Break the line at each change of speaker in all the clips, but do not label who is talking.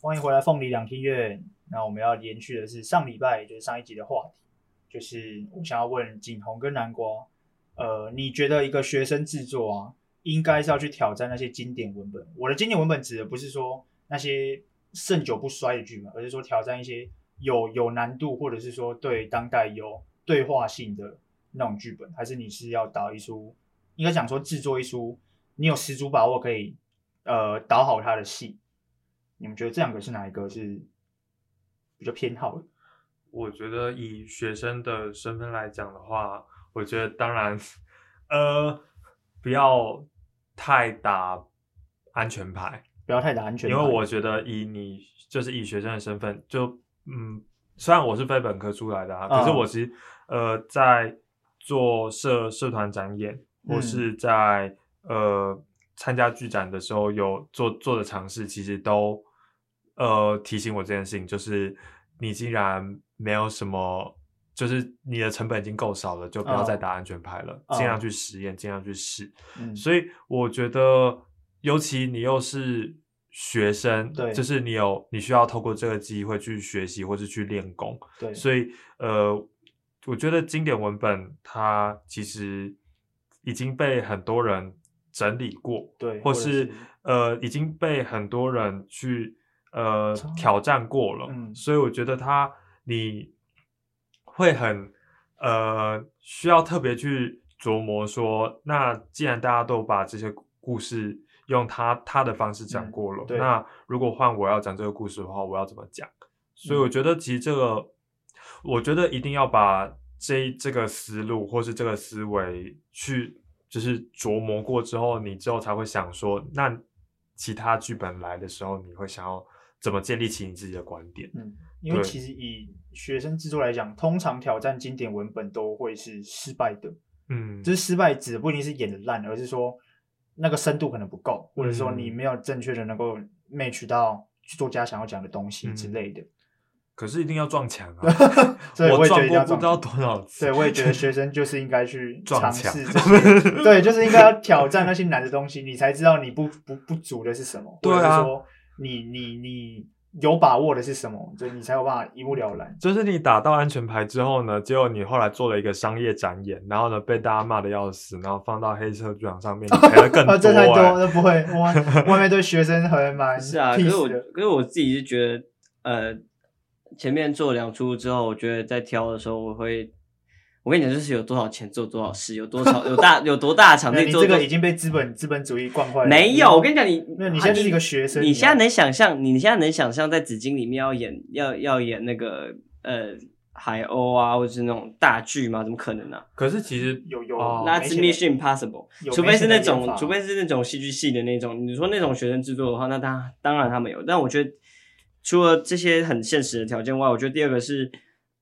欢迎回来，凤梨两厅院。那我们要延续的是上礼拜，就是上一集的话题，就是我想要问景洪跟南瓜，呃，你觉得一个学生制作啊，应该是要去挑战那些经典文本？我的经典文本指的不是说那些盛久不衰的剧本，而是说挑战一些有有难度，或者是说对当代有对话性的那种剧本，还是你是要导一出，应该讲说制作一出，你有十足把握可以呃导好他的戏。你们觉得这两个是哪一个是比较偏好的？
我觉得以学生的身份来讲的话，我觉得当然，呃，不要太打安全牌，
不要太打安全牌，
因为我觉得以你就是以学生的身份，就嗯，虽然我是非本科出来的啊，可是
嗯
我其实呃在做社社团展演，或
嗯
是在呃参加剧展的时候有做做的尝试，其实都呃提醒我这件事情，就是你既然没有什么。就是你的成本已经够少了，就不要再
嗯
打安全牌了，
嗯
尽量去实验，尽量去试。
嗯
所以我觉得，尤其你又是学生，
对
就是你有你需要透过这个机会去学习或是去练功，
对，
所以呃，我觉得经典文本它其实已经被很多人整理过，
对，
或
者
是呃已经被很多人去呃
操
挑战过了，
嗯
所以我觉得它你会很呃需要特别去琢磨说，那既然大家都把这些故事用他他的方式讲
嗯
过了，
对
那如果换我要讲这个故事的话，我要怎么讲？所以
嗯
我觉得其实这个，我觉得一定要把这这个思路或是这个思维去就是琢磨过之后，你之后才会想说，那其他剧本来的时候，你会想要怎么建立起你自己的观点？
嗯，因为
对
其实以学生制作来讲，通常挑战经典文本都会是失败的，
嗯，
就是失败指的不一定是演的烂，而是说那个深度可能不够，或者说你
嗯
没有正确的能够 match 到作家想要讲的东西之
嗯
类的。
可是一定要撞墙啊！
所以我也觉得
撞
一定要
过不知道
撞
多少次。
对，我也觉 得学生就是应该去
撞
尝 试
墙
这些，对，就是应该要挑战那些难的东西，你才知道你不不不足的是什么，
对啊
或者是说你你你有把握的是什么，就你才有办法一目了然。
就是你打到安全牌之后呢，结果你后来做了一个商业展演，然后呢被大家骂的要死，然后放到黑社剧场上面，你赔了 更多、
啊，
欸。
这太多，这不会， 我外面对学生很蛮
是啊，可是
peace
我
的，
可是我自己是觉得，呃，前面做两出之后，我觉得在挑的时候，我会，我跟你讲，就是有多少钱做多少事，有多少有大有多大的 场
那
地
哎你
做
这
多
个已经被资本资本主义惯坏了。
没有，我跟你讲，你
没有，你现在就是一个学生，
你现在能想象，你现在能想象在紫金里面要演要要演那个呃海鸥啊，或者是那种大剧吗？怎么可能啊呢、
可是其实
有有
哦
那
没
是
钱的
Mission Impossible，
有
除非是那
没钱的演
种
法，
除非是那种戏剧系的那种。你说那种学生制作的话，那他当然他们有。但我觉得除了这些很现实的条件外，我觉得第二个是，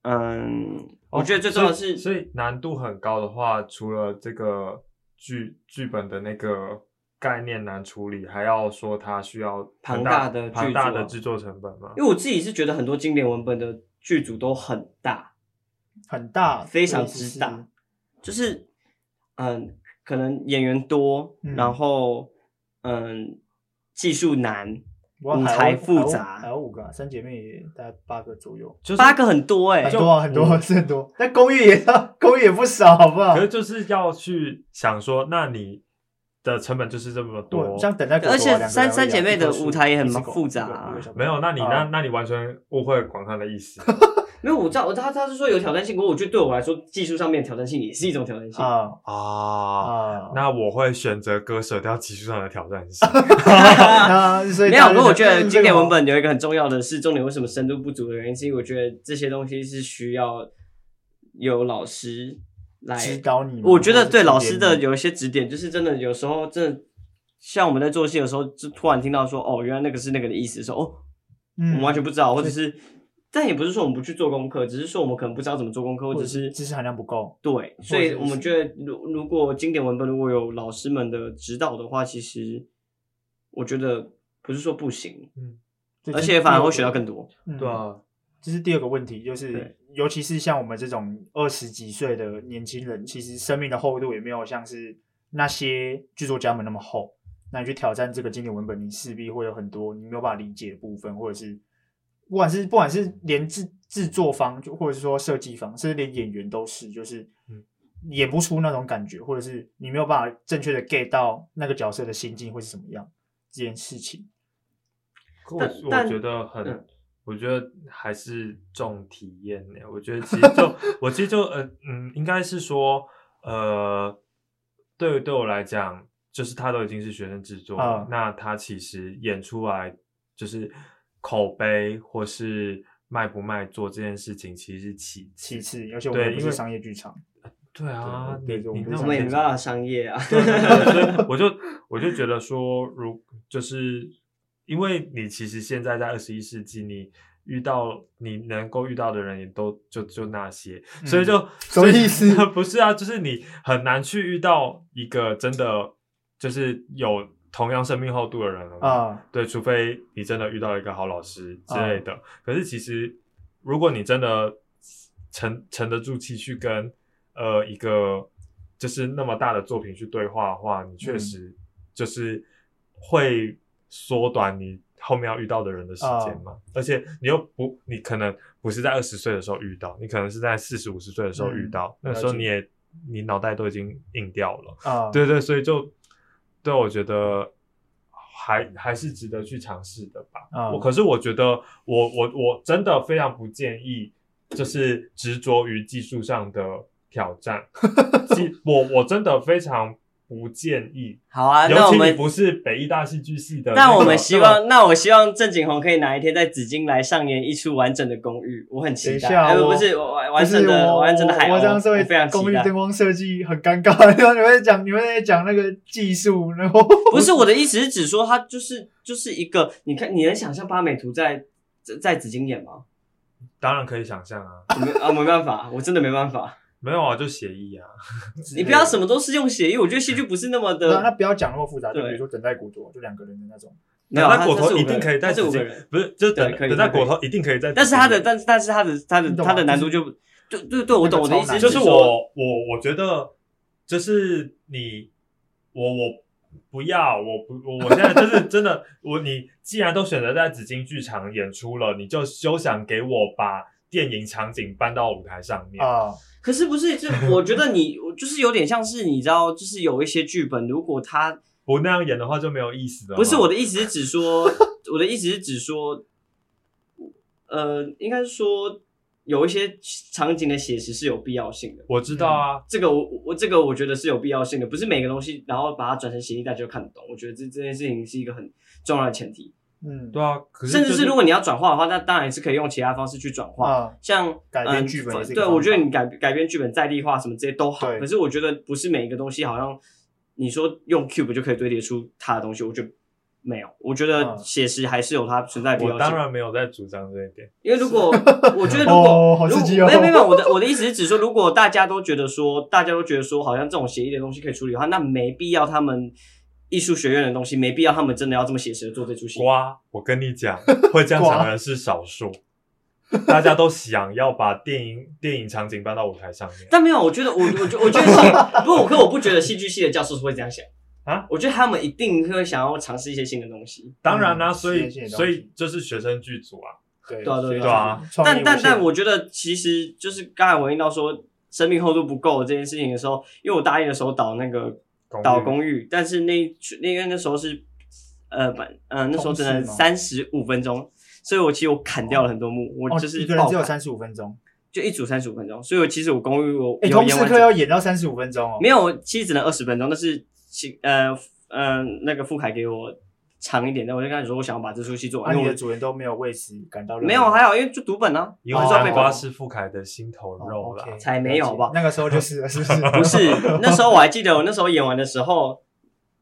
嗯，
哦
我觉得最重要的
所以
是，
所以难度很高的话，除了这个剧剧本的那个概念难处理，还要说它需要很
庞大的剧组啊
庞大的制作成本吗？
因为我自己是觉得很多经典文本的剧组都很大，
很大，
非常
我的意思
之
是
大，就是嗯，可能演员多，
嗯
然后嗯，技术难，
哇
舞台
海鸥
复
海鸥
杂
海鸥五个啊，三姐妹也大概八个左右。
就是
八个很多哎、
很多啊，很多啊 是很多，但公寓也 公寓也不少，好不好
可？是就是要去想说，那你的成本就是这么多
我。像等待狗狗啊，
而且
两个
三
人
三姐妹的
一棵树
舞台也很
一只狗
复杂
一个
啊
一个小朋
没
友
有，那你那、
啊
那你完全误会广汉的意 思。
没有，我知道，我他他是说有挑战性，可我觉得对我来说，技术上面的挑战性也是一种挑战性。
啊
啊，
啊，
那我会选择割舍掉技术上的挑战 性。
那所以
没有，
大家
可
就是
我觉得
嗯
经
这
典
个好
文本有一个很重要的是重点，为什么深度不足的原因，是因为我觉得这些东西是需要有老师来
指导你们，
我觉
或
得
是
对
指
老
点
师的
你
有一些指点，就是真的有时候真的，像我们在做戏的时候，就突然听到说哦，原来那个是那个的意思，说哦，我
嗯
们完全不知道，或者是，但也不是说我们不去做功课，只是说我们可能不知道怎么做功课，
或
或者
者
是
是知识含量不够。
对，所
或
以
者
我们
是
觉得，如如果经典文本如果有老师们的指导的话，其实我觉得不是说不行，
对
而且反而会学到。
这是
更多。
第二个
对，啊，
这是第二个问题，就是
对
尤其是像我们这种二十几岁的年轻人，其实生命的厚度也没有像是那些剧作家们那么厚。那你去挑战这个经典文本，你势必会有很多你没有办法理解的部分，或者是不管是不管是连制制作方，就或者是说设计方，甚至连演员都是，就是
嗯
演不出那种感觉，或者是你没有办法正确的 get 到那个角色的心境会是什么样这件事情。
可我
但
我
但
觉得很，
嗯
我觉得还是重体验呢。我觉得其实就我其实就呃嗯，应该是说呃，对对我来讲，就是他都已经是学生制作了，
嗯
那他其实演出来就是口碑或是卖不卖座这件事情，其实是其
其次，而且我们
对
也不
因
是
为
商业剧场，
对啊，
对
你
对我
你
们
那
不是
我
种
们也
想
没
象
办法商 业啊。
对对对所以我就我就觉得说，如就是因为你其实现在在二十一世纪，你遇到你能够遇到的人也都就就那些，所以就、
嗯什么意思
不是啊，就是你很难去遇到一个真的就是有同样生命厚度的人了嘛
啊、
对，除非你真的遇到一个好老师之
嗯
类的。可是其实，如果你真的沉沉得住气去跟呃一个就是那么大的作品去对话的话，你确
嗯
实就是会缩短你后面要遇到的人的时间
嗯
嘛。而且你又不，你可能不是在二十岁的时候遇到，你可能是在四十五十岁的时候遇
嗯
到，那
了
个时候
解
你也你脑袋都已经硬掉了。
啊，
对对，所以就对我觉得还还是值得去尝试的吧。
啊，
嗯
我可是我觉得我我我真的非常不建议，就是执着于技术上的挑 战。技我我真的非常不建议，
好啊，
尤
那我
其你
们
不是北艺大戏剧系的那个，
那我们希
那么
望，那我希望郑景宏可以哪一天在紫金来上演一出完整的公寓，我很期
等一
待。
下
哎
我
不是我完
就
完
是
整的
我
完整的海鸥，
我这样作为
非常期
公寓
待。
灯光设计很尴尬，然后你会讲你会在讲那个技术，然 后
不是我的意思是指说，它就是就是一个，你看你能想象八美图在在在紫金演吗？
当然可以想象啊，
我没啊，没办法，我真的没办法。
没有啊，就协议啊，
你不要什么都是用协议，我觉得戏剧不是那么
那那
的。
不要讲那么复杂，就比
对
如说等待古着，就两个人 的那种，
没有，
等待
它
果
它是
头
五
一
个
定可以
人它
在
是五
紫
个
金
人，，
不是就等
对可以
等待
可以
果头一定可以在紫金，
但是它的，但是但是它的它的
你懂
它
吗
的难度就，对对对，我懂我的意思，
就是是
说，
我我我觉得就是你我我不要我不我我现在就是真的我你既然都选择在紫金剧场演出了，你就休想给我把电影场景搬到舞台上面。
啊，
可是不是，就我觉得你我就是有点像是你知道，就是有一些剧本，如果它
不那样演的话就没有意思了嘛。
不是我的意思是指说，我的意思是指说，呃，应该是说有一些场景的写实是有必要性的。
我知道啊，
这个我我这个我觉得是有必要性的，不是每个东西然后把它转成协议大家就看得懂。我觉得这这件事情是一个很重要的前提，
嗯，
对啊，可是
甚至
就是
如果你要转化的话，那当然是可以用其他方式去转化。
啊，
像
改编剧本
嗯
也是一个
对
方法
我觉得你改改编剧本在地化什么这些都好，
对
可是我觉得不是每一个东西好像你说用 Cube 就可以堆叠出它的东西，我觉得没有，我觉得
嗯
写实还是有它存在的必
我
要性。
当，然没有在主张这一点。
因为如果我觉得如 果、
哦好刺激哦
如果没有没有没有，我的我 的意思是指说，如果大家都觉得说，大家都觉得说，好像这种协议的东西可以处理的话，那没必要他们艺术学院的东西，没必要他们真的要这么写实的做这出戏。
瓜，我跟你讲，会 这样想的人是少数，大家都想要把电影电影场景搬到舞台上面。
但没有，我觉得我我觉我觉得戏， 不过我可我不觉得戏剧系的教授是会这样想
啊。
我觉得他们一定会想要尝试一些新的东西，
当然啦、
嗯
所
实验
以
性的东西
所以就是学生剧组啊，
对
对啊对啊
所以
对啊
就是创意
但但
无限
但我觉得其实就是刚才我听到说生命厚度不够这件事情的时候，因为我大一的时候导那个
公寓
导公寓，但是那那因为那时候是呃本呃那时候只能
同事吗
三十五分钟，所以我其实我砍掉了很多幕，我
哦
就是
一个人
爆
只有
砍
三十五分钟，
就一组三十五分钟，所以我其实我公寓我
哎，
有
同
演
时
完
课
整
要演到三十五分钟哦，
没有，其实只能二十分钟，但是其呃呃那个傅凯给我长一点，但我就跟他说我想要把这出戏做
啊，
完，因
你
为
的
我
主人都没有为此感到任何
没有还好，因为就读本啊，
以
我
后
还是要被
南瓜
管。
是傅凯的心头肉
哦
啦。
，OK，
才没有
了解
吧
那个时候就是了，是不是？
不是，那时候我还记得，我那时候演完的时候，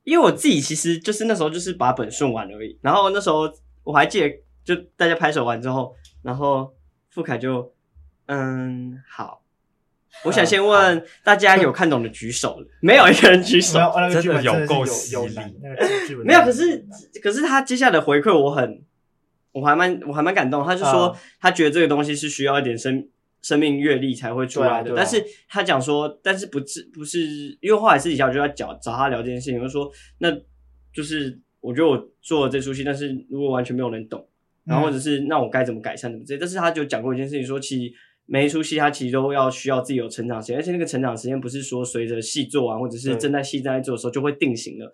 因为我自己其实就是那时候就是把本顺完而已。然后那时候我还记得，就大家拍手完之后，然后傅凯就嗯好，我想先问大家有看懂的举手了，没有一个人举手
没。有，那个剧本
真的有
是
够
有有
犀
难
利
那个剧本
没有，可
真的
是可是他接下来的回馈我很，我还蛮我还蛮感动。他就说、
啊
他觉得这个东西是需要一点生生命阅历才会出来的，
对啊对啊
但是他讲说，但是不是不是，因为后来私底下我就要找找他聊这件事情，我就说那就是我觉得我做了这出戏，但是如果完全没有人懂，
嗯
然后或者是那我该怎么改善怎么之类。但是他就讲过一件事情，说其实每一出戏他其实都要需要自己有成长时间，而且那个成长时间不是说随着戏做完或者是
对
正在戏正在做的时候就会定型的。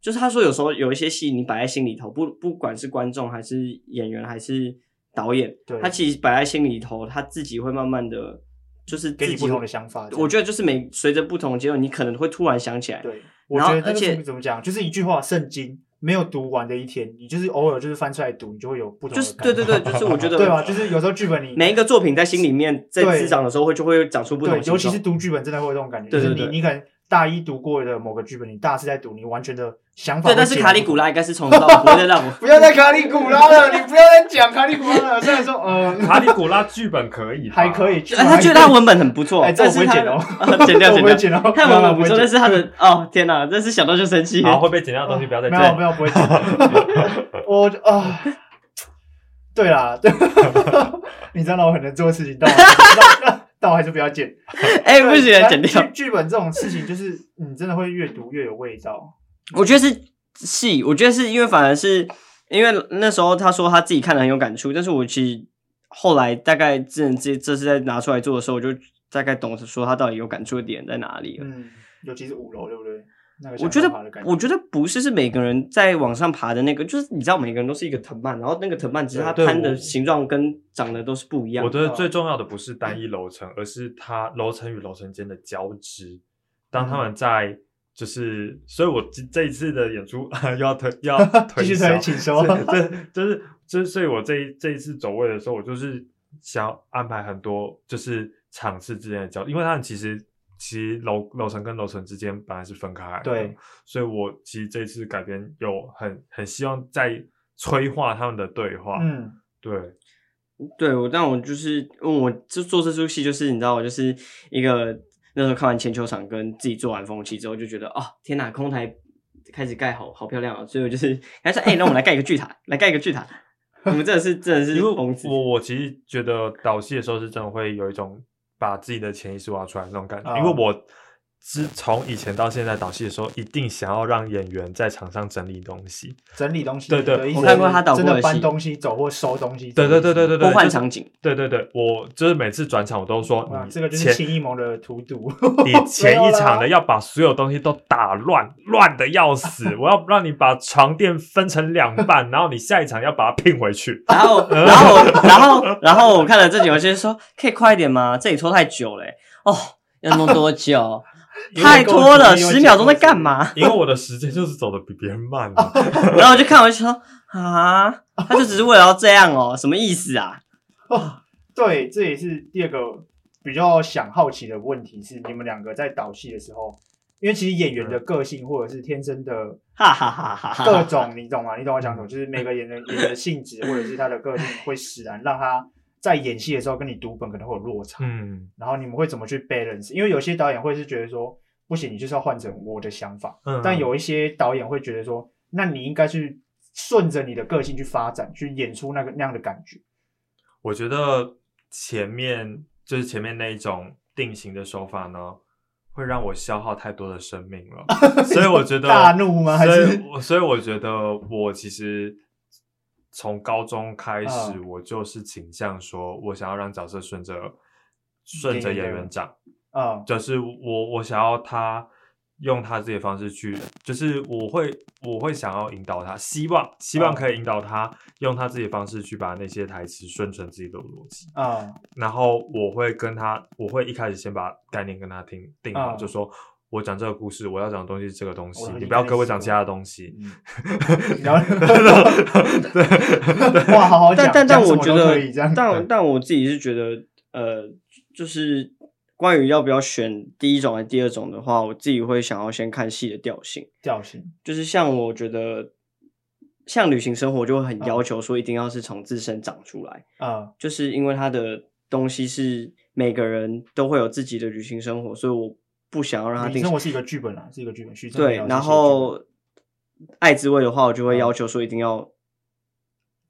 就是他说有时候有一些戏你摆在心里头，不不管是观众还是演员还是导演
对，
他其实摆在心里头，他自己会慢慢的。就是
给
自
你
己
不
会
同的想法。
我觉
得
得就是每随着不同的阶段，你可能会突然想起来。
对，我
然后
觉得那
而
个
且
是怎么讲，就是一句话，圣经没有读完的一天，你就是偶尔就是翻出来读，你就会有不同
就
的
是
感觉。
对对对，就是我觉 得
对吧？就是有时候剧本你
每一个作品在心里面在
对
滋长的时候会就会长出不同
对
的，形
尤其
状
是读剧本真的会有这种感觉，
对对
就是
对
你你可能大一读过的某个剧本，你大四在读，你完全的想法
对，
会
但是
截然
卡里
不
古
同
拉应该是从头 到尾不会再让我
不要再卡里古拉 了，你不要再讲卡里古拉了。虽然说，呃，
卡里古拉剧本可以吧，
还可以，
哎，他觉得他文本很不错
哎，这
但
我不
是
会
他
剪哦
啊 剪 掉
我不
剪
会
掉，
剪哦，
看文本不错，
我会
但
剪
是他的哦天哪，真是想到就生气。
好，会被剪掉的东西不要再
哦没有没
剪。
有不会剪， 我就啊，对啦，对， 你知道我很能做的事情，但我但但我还是不要剪，
哎，不行，
对
剪掉。
剧剧本这种事情，就是你真的会越读越有味道，
我觉得是戏，我觉得是因为反而是因为那时候他说他自己看的很有感触，但是我其实后来大概这这这次在拿出来做的时候，我就大概懂得说他到底有感触的点在哪里了。
嗯，尤其是五楼，对不对？那个
我觉
想
得
法的感，
我觉得不是，是每个人在往上爬的那个，就是你知道，每个人都是一个藤蔓，然后那个藤蔓只是它
对对
攀的
我
形状跟长得都是不一样
我
的。
觉得最重要的不是单一楼层，而是它楼层与楼层间的交织。当他们在就是，所以我这这一次的演出 又要推又要推
继续
销
推，请说，
这就是就是，所以我这一这一次走位的时候，我就是想要安排很多就是场次之间的交，因为他们其实其实楼楼层跟楼层之间本来是分开来的，
对，
所以我其实这次改编有很很希望在催化他们的对话，
嗯，
对，
对，我但我就是，因为我就做这出戏，就是你知道，我就是一个那时候看完千秋场跟自己做完风气之后，就觉得哦，天哪，空台开始盖好好漂亮啊！所以我就是还说，哎、那我们来盖一个巨塔，来盖一个巨塔。我们真的是真的是
因为
疯子，
我我其实觉得导戏的时候是真的会有一种把自己的潜意识挖出来那种感觉，
啊
因为我。自从以前到现在导戏的时候，一定想要让演员在场上整理东西。
整理东西，
对对
的意思
我看
过他导
真
过的
的搬
戏
东西走或收东西，
对对对对对对，
多换
就是
场景。
对对对，我就是每次转场我都说
哇，
你
这个就是
嗯前
秦一萌的荼毒。
你前一场的要把所有东西都打乱，乱的要死，我要让你把床垫分成两半，然后你下一场要把它拼回去。
然后，然后，然后，然后我看了这几游戏，说可以快一点吗？这里拖太久了欸、哦，要弄多 久？太拖了，十秒钟在干嘛？
因为我的时间就是走的比别人慢 嘛，
然后我就看，我就说啊，他就只是为了要这样哦，什么意思啊？
哦，对，这也是第二个比较想好奇的问题是，你们两个在导戏的时候，因为其实演员
嗯
的个性或者是天生 的
哈哈哈哈哈
各
哈！
种，你懂吗？你懂我讲什
嗯
么？就是每个演员演员的性质或者是他的个性，会使然让他在演戏的时候跟你读本可能会有落差。
嗯
然后你们会怎么去 balance？因为有些导演会是觉得说，不行，你就是要换成我的想法。
嗯，
但有一些导演会觉得说，那你应该去顺着你的个性去发展，去演出那个那样的感觉。
我觉得前面就是前面那一种定型的手法呢，会让我消耗太多的生命 了，所以我觉得
大怒吗还是
所以我所以我觉得我其实从高中开始，
嗯
我就是倾向说我想要让角色顺着顺着演员长，
嗯，
就是我我想要他用他自己的方式去，就是我会我会想要引导他，希望希
嗯
望可以引导他用他自己的方式去把那些台词顺成自己的逻辑。
啊、
然后我会跟他，我会一开始先把概念跟他听定好，
嗯
就说我讲这个故事，我要讲的东西是这个东西
我，
你不要
理解
跟我
是
讲
的
其他的东 西。
嗯，然后
对，
哇，好好讲
但，但但
讲什
我
么
觉
都
得
可以这样，，
但但我自己是觉得，呃，就是关于要不要选第一种还是第二种的话，我自己会想要先看戏的调性。
调性，
就是像我觉得，像旅行生活就会很要求说一定要是从自身长出来，
嗯
就是因为它的东西是每个人都会有自己的旅行生活，所以我不想要让它
你
定
生
型。
活是一个剧本啊，是一嗯个剧本，徐峥
对，
也有
然
写剧本
后爱滋味的话，我就会要求说一定要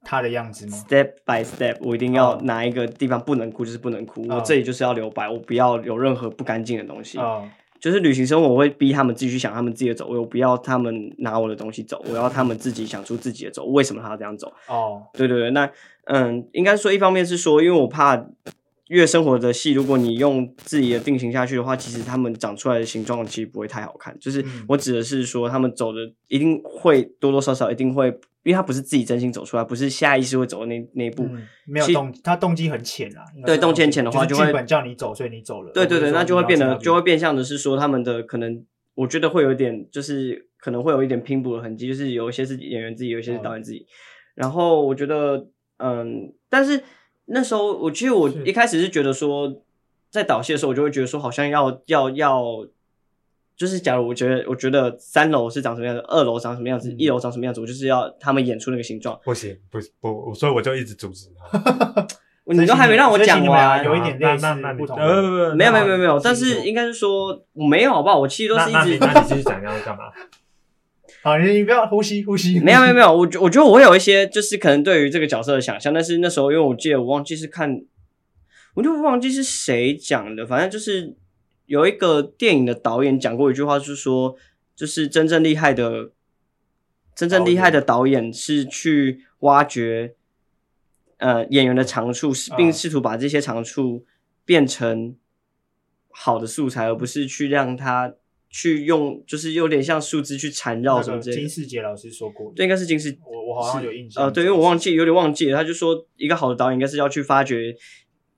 他的样子吗？
step by step，我一定要
哦
哪一个地方不能哭就是不能哭，
哦
我这里就是要留白，我不要有任何不干净的东西。
嗯
就是旅行生活，我会逼他们自己去想他们自己的走位，我不要他们拿我的东西走，我要他们自己想出自己的走，为什么他要这样走？
哦，
对对对，那嗯，应该说一方面是说，因为我怕越生活的戏，如果你用自己的定型下去的话，其实他们长出来的形状其实不会太好看。就是
嗯
我指的是说，他们走的一定会多多少少一定会，因为他不是自己真心走出来，不是下意识会走的那那一步。
嗯，没有
其
动，他动机很浅啊。应该
对
是
动机很浅的话
就是
就会
剧本叫你走，所以你走了。
对对
而不
对，
是说
那就
你
会
要
变
去那
得
边
就会变相的是说，他们的可能我觉得会有一点，就是可能会有一点拼搏的痕迹，就是有一些是演员自己，有一些是
嗯
导演自己。然后我觉得，嗯，但是那时候我其实我
是
一开始是觉得说，在导戏的时候，我就会觉得说，好像要要要。就是，假如我觉得，我觉得三楼是长什么样子，二楼长什么样子，
嗯
一楼长什么样子，我就是要他们演出那个形状。
不行，不不，我所以我就一直阻止他。
你都还没让我
所以其实
讲
你们
完，
有一点类似
那那那你
不同的
呃不不不
没有没有没有
那
没有，但
星
是
座
应该是说我没有好不好？我其实都
那
是一
那
直
你那你继续讲要干嘛？
好，你你不要呼吸呼吸。
没有没有
有，
没有，我觉我觉得我会有一些就是可能对于这个角色的想象，但是那时候因为我记得我忘记是看，我就忘记是谁讲的，反正就是有一个电影的导演讲过一句话，就是说就是真正厉害的，真正厉害的导演是去挖掘呃演员的长处，是并
嗯
试图把这些长处变成好的素材，而不是去让他。去用就是有点像树枝去缠绕
那
什么
个
之类的。
金世杰老师说过的，
对，应该是金世，
我我好像有印象。
呃，对，因为我忘记，有点忘记了。他就说，一个好的导演应该是要去发掘，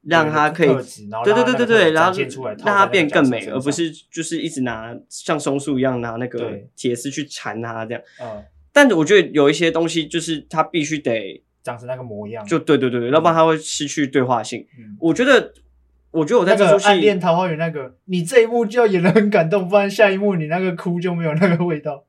让他可以，
特质然后
对对
让他那
对对
个特
对，
质
然
展
后
现出来
让
套在那
它
个
变
角色
更美，
身
而不
上
是就是一直拿像松树一样拿那个
对
铁丝去缠它这样。
嗯，
但我觉得有一些东西就是它必须得，
长成那个模样。
就对对对对，要不然它会失去对话性。
嗯
我觉得，我觉得我在
那
这
个
出
暗恋
戏，
桃花源那个，你这一幕就要演的很感动，不然下一幕你那个哭就没有那个味道。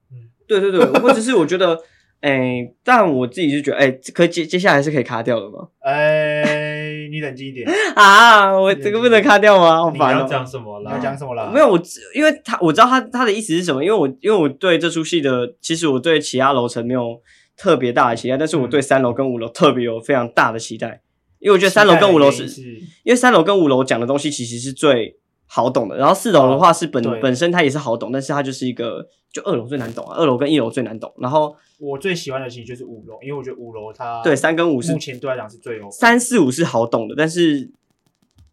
对对对，或者是我觉得，哎，但我自己是觉得，哎，可接接下来是可以卡掉的吗？
哎，你冷静一点，你
啊，我这个不能卡掉吗？好
你
烦
要
哦。
讲什么啦？
要讲什么啦？
没有，我只因为他我知道他他的意思是什么，因为我因为我对这出戏的，其实我对其他楼层没有特别大的期待，但是
嗯
我对三楼跟五楼特别有非常大的期待，因为我觉得三楼跟五楼是，
期待的原因是
因为三楼跟五楼讲的东西其实是最好懂的，然后四楼的话是本、
哦对
本身它也是好懂，但是它就是一个就二楼最难懂啊，二楼跟一楼最难懂，然后
我最喜欢的其实就是五楼，因为我觉得五楼它
对三跟五是
目前对来讲是最有
三四五是好懂的，但是，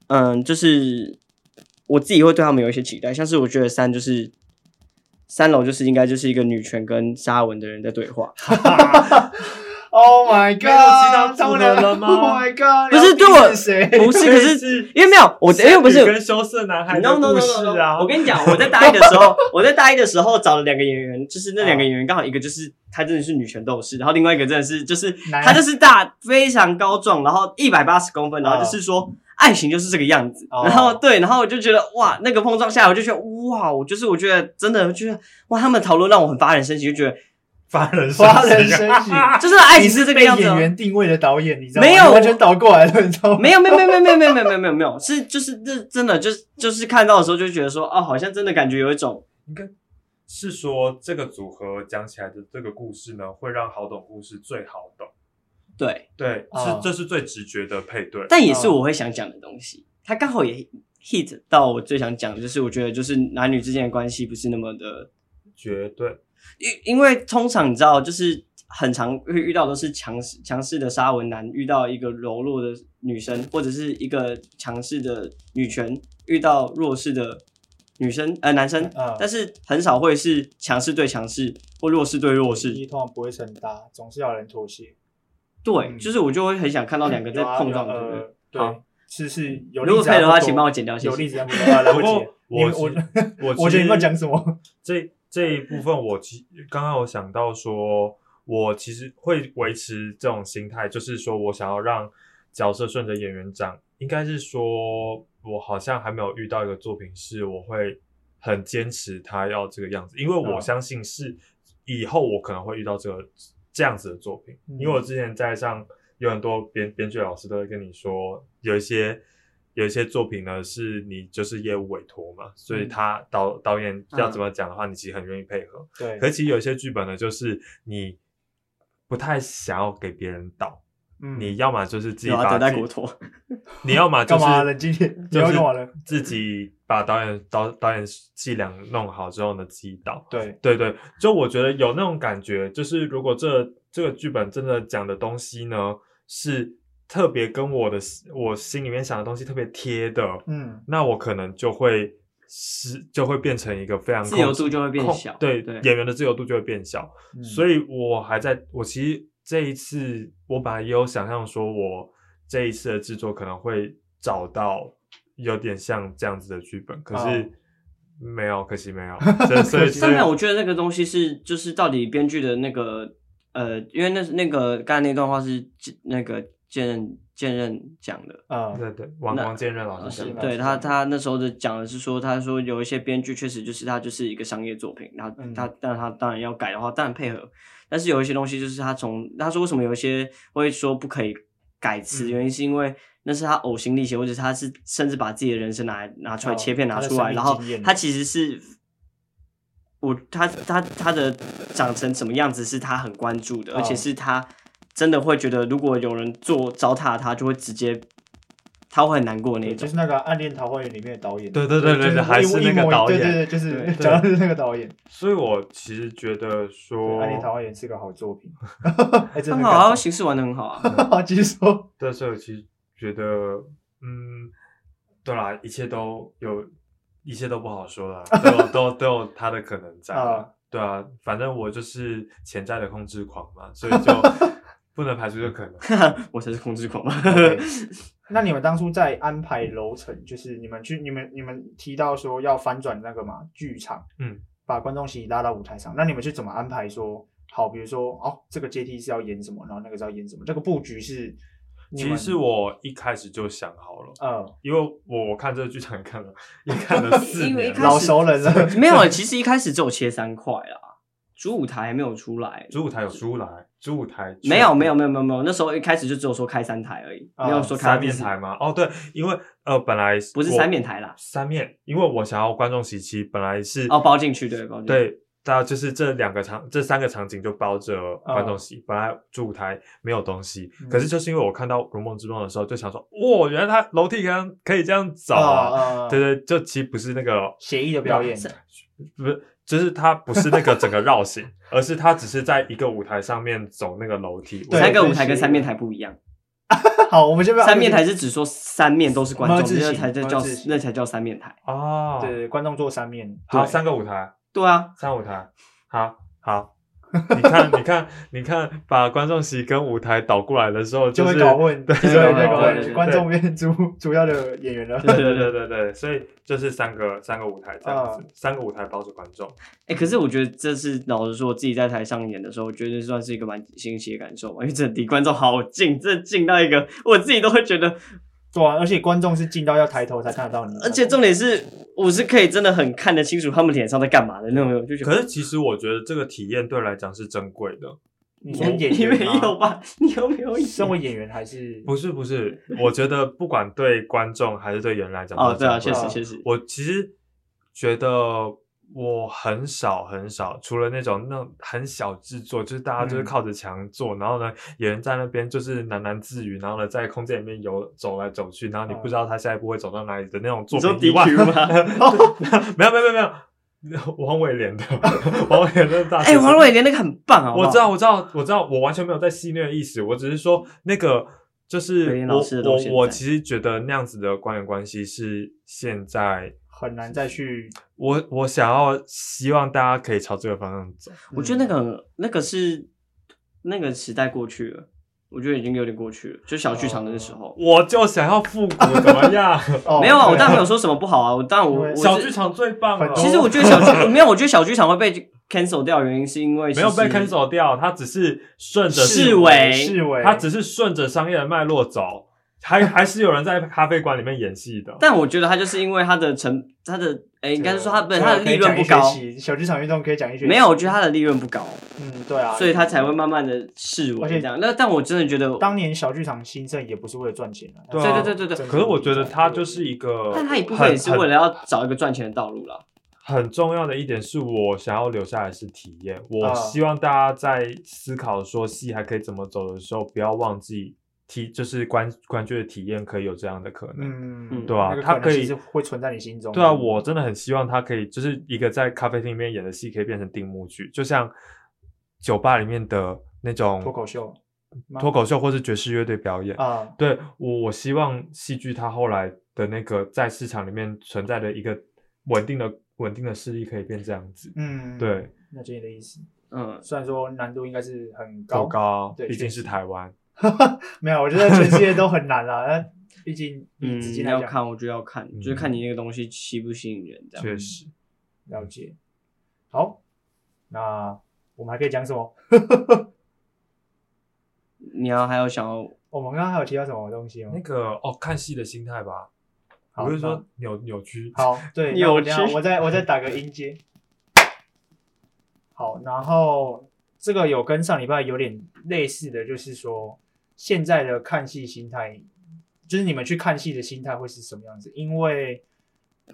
嗯，就是我自己会对他们有一些期待，像是我觉得三就是三楼就是应该就是一个女权跟沙文的人在对 话，
Oh my
没有其他
god！
组
他
合
们两个
了吗
o h my god！
不是对我
梁斌谁？
不是，可
可
是
是
因为没有我，因为不是
仙女跟羞涩男孩的
no no no
故
no,
事
no
啊！
我跟你讲，我在大一的 时候，我在大一的时候找了两个演员，就是那两
啊
个演员刚好一个就是她真的是女权斗士，然后另外一个真的是就是
男
她就是大非常高壮，然后一百八十公分，然后就是说。爱情就是这个样子，
哦
然后对，然后我就觉得哇，那个碰撞下来，我就觉得哇，我就是我觉得真的，我觉得哇，他们的讨论让我很发人深省，就觉得
发人深省
发人深省。
就是
哎
爱情
你
是这个
被
样子哦、
演员定位的导演，你知道吗？
没有
你完全倒过来了，你知道吗？
没有没有没有没有没有没有没有没有没有，是就是这真的就是就是看到的时候就觉得说哦，好像真的感觉有一种
应该 是说这个组合讲起来的这个故事呢，会让好懂故事最好懂。
对，
对，
哦
是这是最直觉的配对。
但也是
嗯
我会想讲的东西。它刚好也 hit 到我最想讲，的就是我觉得就是男女之间的关系不是那么的，
绝对
因因为通常你知道，就是很常会遇到都是强势强势的沙文男遇到一个柔弱的女生，或者是一个强势的女权遇到弱势的女生呃男生，
嗯
但是很少会是强势对强势或弱势对弱势。
你通常不会成搭，总是要有人妥协。
对，
嗯
就是我就会很想看到两个在
有啊
碰撞
有啊
的。对不
呃
对，
对，是是有
如
例
果
子
可以
还
的
不
话，
多
请帮我剪掉，谢
有
谢
例。子还不多啊，来不
不
及
过。
你
我
我
其实我
我
其
觉得
实
你要讲什 么？
这这一部分我其刚刚有想到说，我其实会维持这种心态，就是说我想要让角色顺着演员长，应该是说我好像还没有遇到一个作品是我会很坚持他要这个样子，因为我
嗯
相信是以后我可能会遇到这个这样子的作品，
嗯
因为我之前在上有很多编编剧老师都会跟你说，有一些有一些作品呢是你就是业务委托嘛，所以
嗯
他导导演要怎么讲的话，你其实很愿意配合。可
对，
其实有一些剧本呢，就是你不太想要给别人导，
嗯，
你要么就是自己
有啊，
把
等待
自
国
己
陀，
你要么就
干嘛啊
是
冷静点？你
就
要
是
干嘛了？
自己把导演导导演伎俩弄好之后呢，自己导。
对，
对对，就我觉得有那种感觉，就是如果这这个剧本真的讲的东西呢，是特别跟我的我心里面想的东西特别贴的，
嗯，
那我可能就会是就会变成一个非常
自由
控制
度就会变
控
小
对
对
演员的自由度就会变小。
嗯
所以我还在，我其实这一次，我本来也有想象说，我这一次的制作可能会找到有点像这样子的剧本，可
哦
是没有，可惜没 有。所以所以所
当
以
然，我觉得那个东西是就是到底编剧的那个呃，因为那是那个刚才那段话是那个剑刃剑刃讲的，
啊，
对对，王
那
王健任老
呃
师
哦是
讲的
吧
对他，他那时候的讲的是说，他说有一些编剧确实就是他就是一个商业作品，然后
嗯
他但他当然要改的话，当然配合，但是有一些东西就是他从他说为什么有一些会说不可以改词，
嗯
原因是因为那是他呕心沥血，或者是他是甚至把自己的人生拿来拿出来
哦
切片拿
他的
出
生
来，
命
然后
经验
他其实是。我他他他的长成什么样子是他很关注的，而且
哦
是他真的会觉得，如果有人做糟蹋他，就会直接他会很难过那
对
种
就。是那个《暗恋桃花源》里面的导演，
对对对对
就是
对还是
一模
那个
一模
导
对
演
对对，就是
对
讲的是那个导演。
所以我其实觉得
对
说
暗，恋桃花源》是个好作 品，哎，真的
很
很
好啊，
感
形式玩的很好啊。
动。 好，继续说。
对，所以我其实觉得，嗯，对啦，一切都有，一切都不好说啦，都有都都有它的可能在啦
啊
对啊，反正我就是潜在的控制狂嘛，所以就不能排除这可能。
我才是控制狂吧？
OK 那你们当初在安排楼层，就是你们去你们你们提到说要翻转那个嘛剧场，
嗯，
把观众席拉到舞台上，那你们是怎么安排说？好，比如说哦，这个阶梯是要演什么，然后那个是要演什么，这个布局是你
其
们
实是我一开始就想好了，
呃
因为我我看这个剧场也看了，也看了四
因为一
年
开
老
了。
始
熟人了，
没有，啊其实一开始只有切三块啊，主舞台还没有出来。
主舞台有出来，主舞台
没有没有
有
没有没有没有，那时候一开始就只有说开三台而已，
啊
没有说开
三
第
面
四
台，吗？哦，对，因为呃本来
不是
我
三面台啦，
三面，因为我想要观众席期本来是
哦包进去对包进去
对，大家就是这两个场这三个场景就包
哦
着观众席，本来主舞台没有东西，
嗯
可是就是因为我看到《如梦之梦》的时候，就想说，哇，原来它楼梯可以可以这样走
哦
啊！
啊
对对，就其实不是那个
协议的表演，
不是，就是它不是那个整个绕行，而是它只是在一个舞台上面走那个楼 梯。
对
我
三个
对
舞台跟
是
三面台不一样，
好，啊我们先不要
三面台是只说三面都是观
猫字
众，
形
那才叫叫
猫字形
那才叫三面台。
哦，
对，对观众坐三面，
好，
对
三个舞台，
对啊，
三个舞台，好好。 你看，你看，你看，把观众席跟舞台倒过来的时候，
就会
是
搞混，
对
就会
对对
搞
对
混，
对
观众变主 主要的演员了。
对
对 对对对，所以就是三个三个舞台这样子，三个舞台包着观众。
哎，可是我觉得这次老实说，我自己在台上演的时候，我觉得算是一个蛮新奇的感受吧，因为这离观众好近，这近到一个我自己都会觉得
对啊，而且观众是进到要抬头才看得到你，
而且重点是，我是可以真的很看得清楚他们脸上在干嘛的那种，我就觉得。
可是其实我觉得这个体验对我来讲是珍贵的，
你说演
你
员
没
吗
有？吧？ 你有没有演？
身为演员还是
不是不是，我觉得不管对观众还是对人来讲都
哦，
是
对啊，
珍贵
确
的
实确实，
我其实觉得我很少很少，除了那种那种很小制作，就是大家就是
嗯
靠着墙做，然后呢，有人在那边就是喃喃自语，然后呢，在空间里面游走来走去，然后你不知道他下一步会走到哪里的那种作
嗯你说
品以外，
DQ 吗
没有没有没有没有， 王伟廉的王伟廉的大学
哎，
生，
王伟廉那个很棒啊！
我知道，我知道，我知道，我完全没有在戏虐的意思，我只是说那个就是
回应
我
老师的东西
我我
在
其实觉得那样子的官员关系是现在
很难再去？
我我想要希望大家可以朝这个方向走。
我觉得那
嗯
个很那个是那个时代过去了，我觉得已经有点过去了，就小剧场的那时候。
我就想要复古，怎么样？
哦
没有啊，
对
我当然没有说什么不好啊，我当然我
因为
我
小
是
剧场最棒了。
其实我觉得小
哦
剧没有，我觉得小剧场会被 cancel 掉，原因是因为
没有被
其实
cancel 掉，它只是顺着
视为
视为
它只是顺着商业的脉络走，还还是有人在咖啡馆里面演戏的。
但我觉得他就是因为他的成他的哎，应该是说他不是
对啊
他的利润不
可以
高
讲一，学期小剧场运动可以讲一学期
没有，，我觉得他的利润不高，
嗯，对啊，
所以他才会慢慢的视为
而且
这样。那但我真的觉得，
当年小剧场兴盛也不是为了赚钱啊，
对啊
对对对对对，
真的
可是我觉得它就是一个，
但他一部分也是
很
为了要找一个赚钱的道路啦。
很重要的一点是我想要留下来是体
嗯
验。我
啊
希望大家在思考说戏还可以怎么走的时候，不要忘记体就是观观剧的体验可以有这样的可能。
嗯
对啊
那个
它
能
可以
其实会存在你心中。
对啊，我真的很希望它可以，就是一个在咖啡厅里面演的戏，可以变成定目剧，就像酒吧里面的那种
脱口秀吗
脱口秀或是爵士乐队表演。
啊，
对我，我希望戏剧它后来的那个在市场里面存在的一个稳定的、稳定的势力，可以变这样子。
嗯，，
对，
了解你的意思。
嗯，
虽然说难度应该是很
够
高，
高，
对
毕竟
确
是
实
台湾。
没有，我觉得全世界都很难啦。 那毕竟你直
嗯，
接来
要
讲，
看我就要看，
嗯
就是看你那个东西吸不吸引人这样。
确实，
了解。好，那我们还可以讲什么？
你要还有想要，
哦我们刚刚还有提到什么东西吗
那？个哦，看戏的心态吧，
好
我是说扭扭曲。
好， 对，那
有
我等一下
趣
我再我再打个音阶。好，然后这个有跟上礼拜有点类似的，就是说现在的看戏心态，就是你们去看戏的心态会是什么样子？因为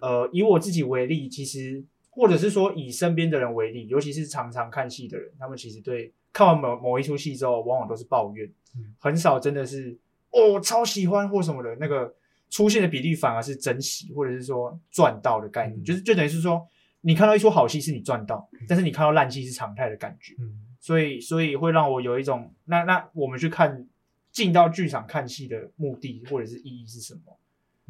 呃，以我自己为例，其实或者是说以身边的人为例，尤其是常常看戏的人，他们其实对看完某某一出戏之后，往往都是抱怨，
嗯
很少真的是哦超喜欢或什么的那个出现的比例反而是珍惜或者是说赚到的概念，
嗯
就是就等于是说你看到一出好戏是你赚到，但是你看到烂戏是常态的感觉，
嗯，
所以所以会让我有一种那那我们去看进到剧场看戏的目的或者是意义是什么？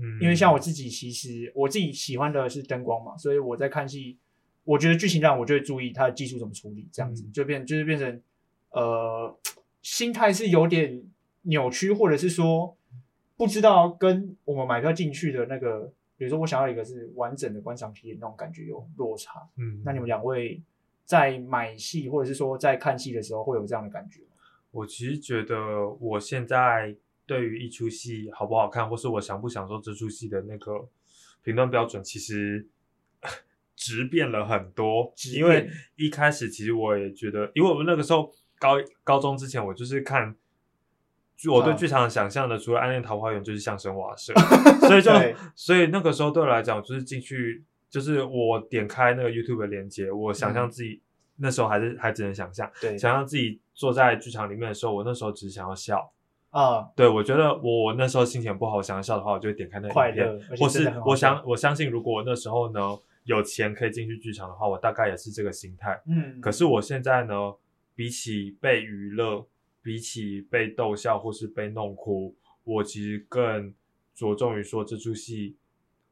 嗯
因为像我自己，其实我自己喜欢的是灯光嘛，所以我在看戏，我觉得剧情上我就会注意它的技术怎么处理，这样子、
嗯
就变就是变成呃，心态是有点扭曲，或者是说不知道跟我们买票进去的那个，比如说我想要一个是完整的观赏体验那种感觉有落差。
嗯，
那你们两位在买戏或者是说在看戏的时候会有这样的感觉吗？
我其实觉得我现在对于一出戏好不好看，或是我享不享受这出戏的那个评断标准，其实 质变了很多。
质
因为
变
一开始其实我也觉得，因为我们那个时候高高中之前，我就是看。就我对
嗯
剧场想象的，除了《暗恋桃花源》就是相声瓦 舍，所以就
对
所以那个时候对我来讲，我就是进去，就是我点开那个 YouTube 的链接，我想象
嗯
自己、那时候还是还只能想象。
对
想象自己坐在剧场里面的时候，我那时候只是想要笑。
啊、
对我觉得我我那时候心情不好，我想要笑的话，我就会点开那个
快
影片
乐而且
或
真的
是
很好
我
笑
想我相信，如果我那时候呢有钱可以进去剧场的话，我大概也是这个心态。
嗯，
可是我现在呢，比起被娱乐，比起被逗笑或是被弄哭，我其实更着重于说这出戏，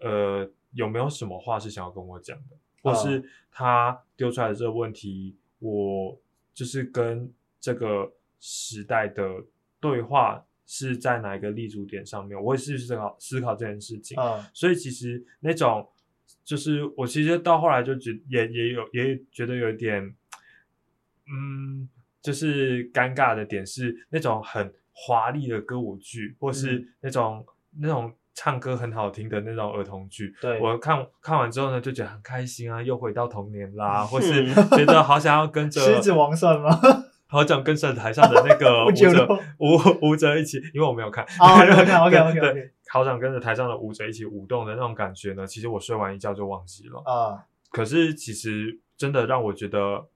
呃，有没有什么话是想要跟我讲的，或是他丢出来的这个问题，我就是跟这个时代的对话是在哪一个立足点上面，我也是思考思考这件事情。
嗯
所以其实那种就是我其实到后来就觉也也有也觉得有一点，嗯，就是尴尬的点是那种很华丽的歌舞剧，或
嗯
是那种、那种唱歌很好听的那种儿童剧。
对，
我看看完之后呢，就觉得很开心啊，又回到童年啦，或是觉得好想要跟着
狮子王算吗？
好想跟着台上的那个
不
舞
久
者
了
舞舞者一起，因为我没有看。
哦你没有看，OK，OK，OK，OK
对，好想跟着台上的舞者一起舞动的那种感觉呢，其实我睡完一觉就忘记了。
啊、
可是其实真的让我觉得，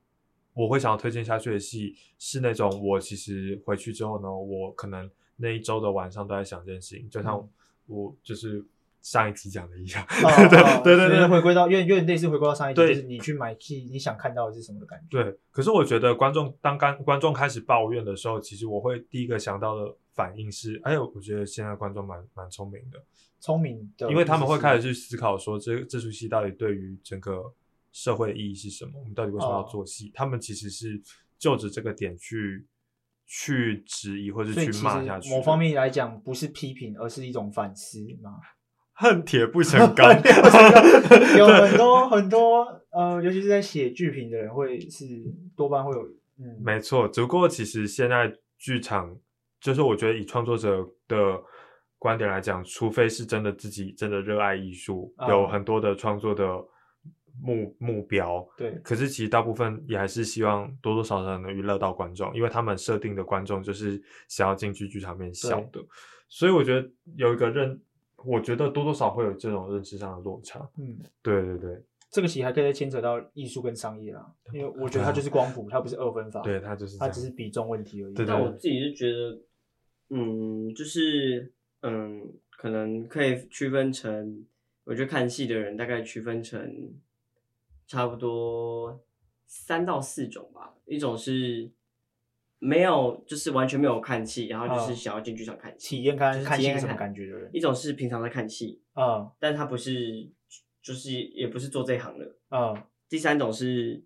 我会想要推荐下去的戏是那种我其实回去之后呢，我可能那一周的晚上都在想这件事情，就像
嗯
我就是上一集讲的一样。
哦
对
哦
对对
所以
对
回归到有点有点类似回归到上一集，就
对
是你去买 key，你想看到的是什么的感觉。
对，可是我觉得观众当观观众开始抱怨的时候，其实我会第一个想到的反应是，哎，我觉得现在观众蛮蛮聪明的，
聪明的，
因为他们会开始去思考说这这出戏到底对于整个社会的意义是什么，我们到底为什么要
哦
做戏？他们其实是就着这个点去去质疑或者
所以
去
其
骂下
实
去，
某方。面来讲，不是批评，而是一种反思嘛。，
恨铁不成钢
有很多很多呃，尤其是在写剧评的人，会是多半会有嗯，
没错，只不过其实现在剧场，就是我觉得以创作者的观点来讲，除非是真的自己真的热爱艺术，
啊
有很多的创作的目目标，
对
可是其实大部分也还是希望多多少少能娱乐到观众，因为他们设定的观众就是想要进去剧场里面笑的，所以我觉得有一个认，我觉得多多少会有这种认知上的落差。
嗯，
对对对，
这个其实还可以再牵扯到艺术跟商业啦，因为我
啊
觉得它就是光谱，它不是二分法，
啊对，他就是这
它
样
只。是比重问题而已。
对对
但我自己是觉得，嗯，就是嗯，可能可以区分成，我觉得看戏的人大概区分成差不多三到四种吧。一种是没有，就是完全没有看戏，然后就是
嗯
想要进剧场看戏；
体验看
就是
看
啊体
戏
验
是什么
看看
感觉的人，
一种是平常在看戏，
嗯
但他不是，就是也不是做这行的。
嗯，
第三种是，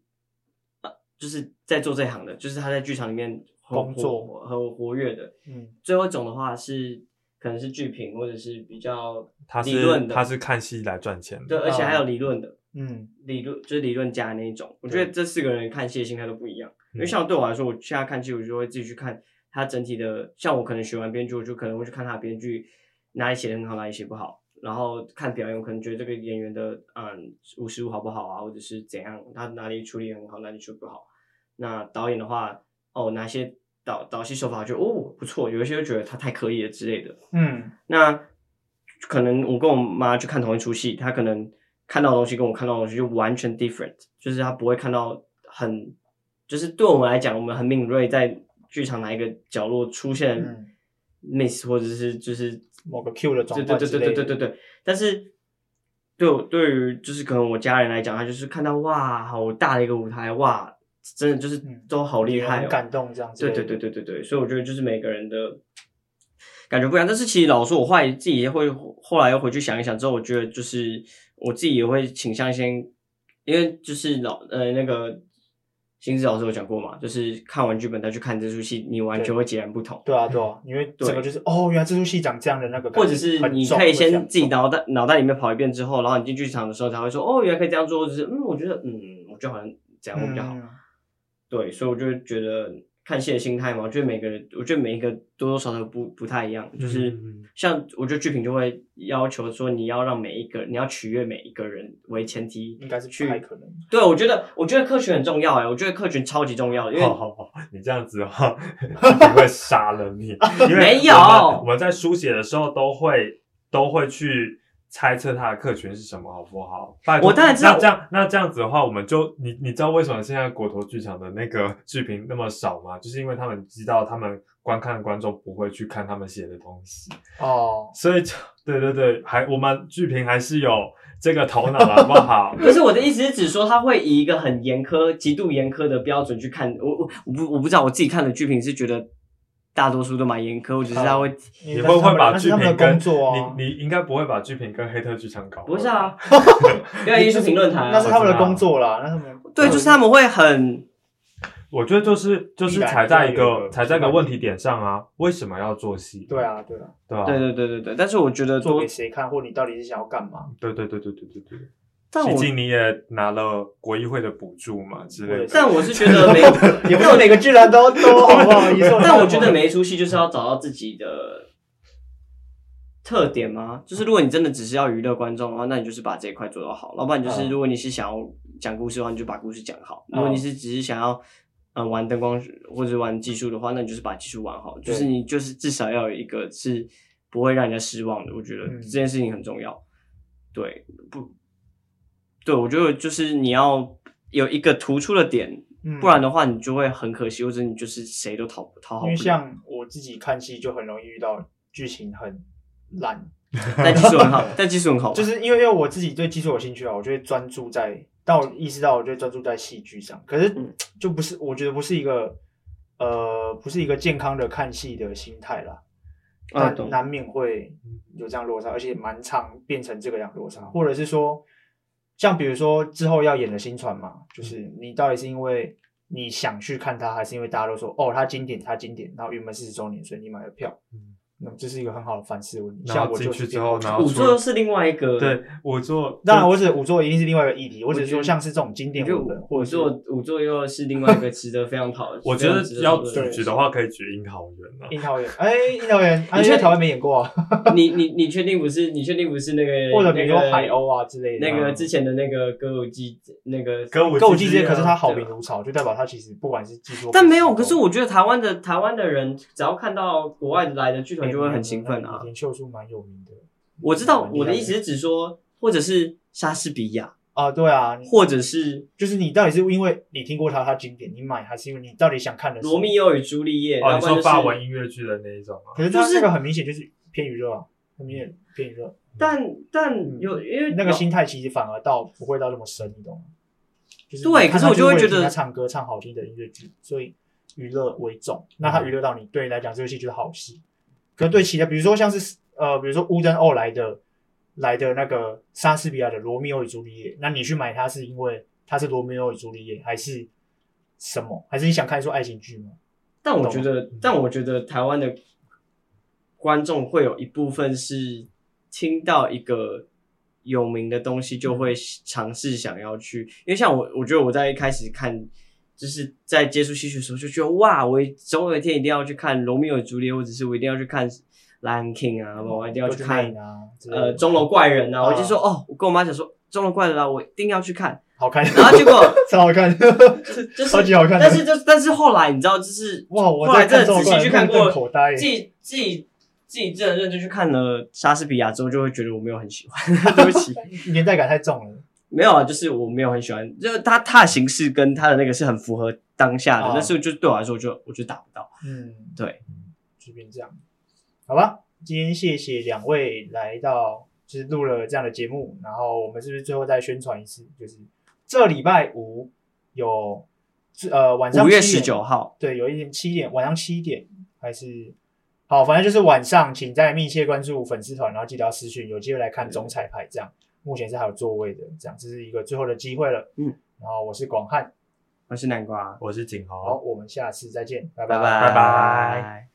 呃，就是在做这行的，就是他在剧场里面很
工作
活很活跃的。
嗯，
最后一种的话是可能是剧评或者是比较
他
理论
是
的，
他是看戏来赚钱
对，
的，
而且还有理论的，
嗯
理论就是理论家那一种。我
对
觉得这四个人看戏的心态都不一样，因为像对我来说，我现在看戏，我就会自己去看他整体的，像我可能学完编剧，我就可能会去看他的编剧哪里写的很好，哪里写不好。然后看表演，我可能觉得这个演员的嗯无实物好不好啊，或者是怎样，他哪里处理很好，哪里处理不好。那导演的话，哦，哪些导导戏手法，我觉得哦不错，有一些就觉得他太刻意了之类的。
嗯
那可能我跟我妈去看同一出戏，她可能看到的东西跟我看到的东西就完全 different，就是她不会看到很，就是对我们来讲，我们很敏锐在剧场哪一个角落出现
嗯，
miss 或者是就是
某个 Q 的
对
转
对
换
对
之
对
类的，
对对对对，但是。对我，对于就是可能我家人来讲，他就是看到哇，好大的一个舞台，哇，真的就是
嗯
都好厉害、哦，
很感动这样子，
对对对，对对对，所以我觉得就是每个人的感觉不一样。但是其实老实说，我后来自己也会后来又回去想一想之后，我觉得就是我自己也会倾向先，因为就是老呃那个新子老师有讲过嘛，就是看完剧本再去看这出戏，你完全会截然不同。
对啊对啊，因为整个就是哦，原来这出戏长这样的那个感觉，
或者是
很
你
重
可以
会这
先
样
自己
重
脑袋脑袋里面跑一遍之后，然后你进剧场的时候才会说，哦，原来可以这样做，或者是嗯，我觉得嗯，我觉得好像这样会比较好。
嗯
对，所以我就觉得看戏的心态嘛，我觉得每个人，我觉得每一个多多少少不不太一样，就是
嗯
像我觉得剧评就会要求说你要让每一个你要取悦每一个人为前提
应该是
去
不太可能，
对，我觉得我觉得客群很重要哎、我觉得客群超级重要，因为
好好好，你这样子的话， 我会杀了 你。因为
没有
我们我们在书写的时候都会都会去猜测他的客群是什么，好不好？拜托
我当然知道
那这样那这样子的话，我们就你你知道为什么现在果陀剧场的那个剧评那么少吗？就是因为他们知道他们观看的观众不会去看他们写的东西，
哦，
所以就对对对，还我们剧评还是有这个头脑的，好不好？
不是我的意思是指说他会以一个很严苛、极度严苛的标准去看我我我不我不知道我自己看的剧评是觉得大多数都蛮严苛，我只是他会、
你
你会不会把
那
剧
是他们
评
的
跟
工作啊？
你你应该不会把剧评跟黑特剧场搞混
不是 啊，因为艺术评论坛啊、
那是他们嗯的
我知道
工作啦，那是他们
对，就是他们会很
我觉得就是就是
必然
踩在一
就会有一
个
个
踩在一个
出发点
问题点上啊，为什么要做戏？
对，啊对啊，
对啊，
对对对对对，但是我觉得
做
多
给，谁看，或你到底是想要干 嘛？
对对对对对对对。
但
毕
我
竟你也拿了国议会的补助嘛之类的。
但我是觉 得每，
也不是每个剧团都都好不 好？一说
但我觉得每一出戏就是要找到自己的特点吗？就是如果你真的只是要娱乐观众的话，那你就是把这一块做到好。老板就是
嗯
如果你是想要讲故事的话，你就把故事讲好；
嗯
如果你是只是想要呃玩灯光或者玩技术的话，那你就是把技术玩好。就是你就是至少要有一个是不会让人家失望的。我觉得
嗯
这件事情很重要。对，不，对我觉得就是你要有一个突出的点，
嗯
不然的话，你就会很可惜，或者你就是谁都讨讨好
因为
不了。
像我自己看戏就很容易遇到剧情很烂，
但技术 很好，但技术很好吧，
就是因为因为我自己对技术有兴趣啊，我就会专注在，但我意识到我就会专注在戏剧上，可是
嗯
就不是我觉得不是一个呃不是一个健康的看戏的心态啦，
啊
但
懂
难免会有这样落差，而且蛮常变成这个样落差，或者是说，像比如说之后要演的新传嘛，就是你到底是因为你想去看它，还是因为大家都说哦它经典它经典，然后云门四十周年，所以你买了票
嗯，
那么这是一个很好的反思问题。
然
像
后
我
进
就
去
是
之后，
变
然后
五
出
座又是另外一个。
对，我做
当然，我指的五座一定是另外一个议题，我只是
我觉
说
得
像是这种经典
就
文本，或
五
者是
座五座又是另外一个值得非常讨。
我觉
非
得
常值讨
要
论
对
举的话，可以举樱桃园啊。
樱桃园，哎，樱桃 园，啊，因
你确
为台湾没演过啊，
你你你确定不是？你确定不是那个？
或者比如说
那个
海鸥啊之类的
那个之前的那个歌舞伎，那个
歌舞
歌舞
伎
伎
之
之
夜
夜，
啊
可是他好评如潮，就代表他其实不管是技术，
但没有。可是我觉得台湾的台湾的人，只要看到国外来的剧团，就会很兴奋啊。
田秀树蛮有名的，
我知道我的意思是指说，或者是莎士比亚，
啊，对啊，你
或者是
就是你到底是因为你听过它，它经典，你买它是因为你到底想看的
《
是
罗密欧与朱丽叶》
哦，
要
你
不然
说
就
法文
是，
音乐剧的那一种啊？
可是它
就是
那个很明显就是偏娱乐啊，很明显偏娱乐。
但但有因为
嗯那个心态其实反而到不会到那么深，你懂吗？就是
对
你看
可是我
他就
就会
为
觉
了听
得
他唱歌唱好听的音乐剧，所以娱乐为重。那他娱乐到你，对你来讲这个戏就是好戏。可对其他，比如说像是呃，比如说乌登奥来的来的那个莎士比亚的《罗密欧与朱丽叶》，那你去买它是因为它是《罗密欧与朱丽叶》，还是什么？还是你想看说爱情剧吗？
但我觉得，
嗯
但我觉得台湾的观众会有一部分是听到一个有名的东西，
嗯
就会尝试想要去。因为像我，我觉得我在一开始看，就是在接触戏剧的时候，就觉得哇，我总有一天一定要去看《罗密欧与朱丽叶》，或者是我一定要去看《Lion King》啊，
嗯
我一定要去看
Document 啊之类的，
呃《钟楼怪人》啊。
啊
我就说哦，我跟我妈讲说《钟楼怪人》啊，我一定要去看。
好看，
然后结果
超好看，
就是
超级好看的。
但是就但是后来你知道，就是
哇，我
后来
在看
真的
这种
仔细去看
目瞪
过，
口呆耶
自己自己自己真的认真去看了莎士比亚之后，就会觉得我没有很喜欢。 对不起，
年代感太重了。
没有啊，就是我没有很喜欢，就是他他的形式跟他的那个是很符合当下的，
哦
但是就对我来说就我就达不到。
嗯，
对，
就变这样，好吧。今天谢谢两位来到，就是录了这样的节目，然后我们是不是最后再宣传一次？就是这礼拜五有，呃，晚上
五月
7
十
点
九号，
对，有一点七点，晚上七点还是好，反正就是晚上，请再密切关注粉丝团，然后记得要私讯，有机会来看总彩排，这样目前是还有座位的，这样这是一个最后的机会了。
嗯，
然后我是广汉，
我是南瓜，
我是景
好，
豪，啊
我们下次再见，拜
拜
拜
拜拜
拜。